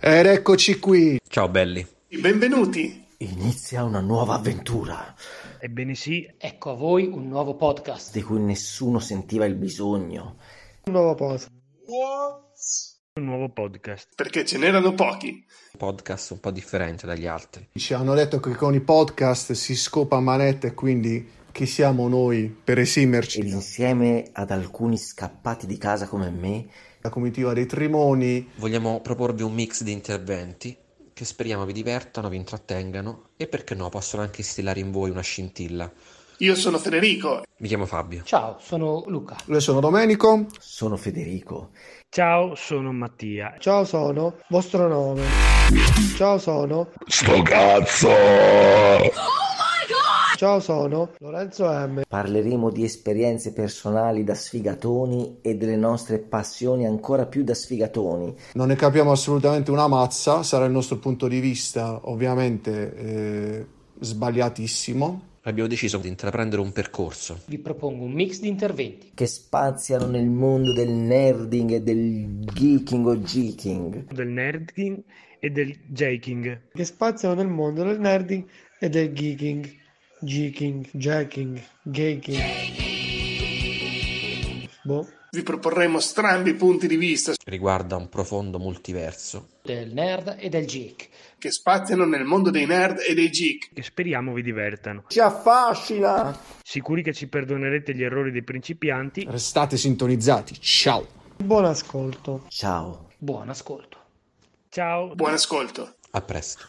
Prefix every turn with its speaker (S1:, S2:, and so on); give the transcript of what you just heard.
S1: Ed eccoci qui.
S2: Ciao belli.
S3: Benvenuti.
S4: Inizia una nuova avventura
S5: Ebbene sì,
S6: Ecco a voi un nuovo podcast.
S4: di cui nessuno sentiva il bisogno.
S7: Un nuovo post.
S5: un nuovo podcast.
S3: Perché ce n'erano pochi.
S2: Un podcast un po' differente dagli altri.
S1: Ci hanno detto che con i podcast si scopa a manette, quindi chi siamo noi per
S4: Ed
S1: esimerci?
S4: insieme ad alcuni scappati di casa come me,
S1: La comitiva dei Trimoni,
S2: Vogliamo proporvi un mix di interventi che speriamo vi divertano, vi intrattengano e perché no, possono anche instillare in voi una scintilla.
S3: Io sono Federico.
S2: Mi chiamo Fabio.
S6: Ciao, sono Luca.
S1: io sono Domenico,
S4: sono Federico.
S5: Ciao, sono Mattia.
S7: Ciao sono, vostro nome. Ciao sono. Ciao sono Lorenzo M.
S4: Parleremo di esperienze personali da sfigatoni e delle nostre passioni ancora più da sfigatoni.
S1: non ne capiamo assolutamente una mazza, sarà il nostro punto di vista ovviamente eh, sbagliatissimo.
S2: Abbiamo deciso di intraprendere un percorso.
S6: Vi propongo un mix di interventi.
S4: che spaziano nel mondo del nerding e del geeking o geeking.
S5: Del nerding e del jaking.
S7: Che spaziano nel mondo del nerding e del geeking. Geeking, jacking, gayking. Boh.
S3: Vi proporremo strambi punti di vista
S2: Riguarda un profondo multiverso.
S6: Del nerd e del geek.
S3: che spaziano nel mondo dei nerd e dei geek.
S5: Che speriamo vi divertano.
S4: Ci affascina!
S5: Sicuri che ci perdonerete gli errori dei principianti.
S1: Restate sintonizzati, ciao!
S7: Buon ascolto.
S4: Ciao,
S6: Buon ascolto.
S5: Ciao.
S3: Buon ascolto.
S2: A presto.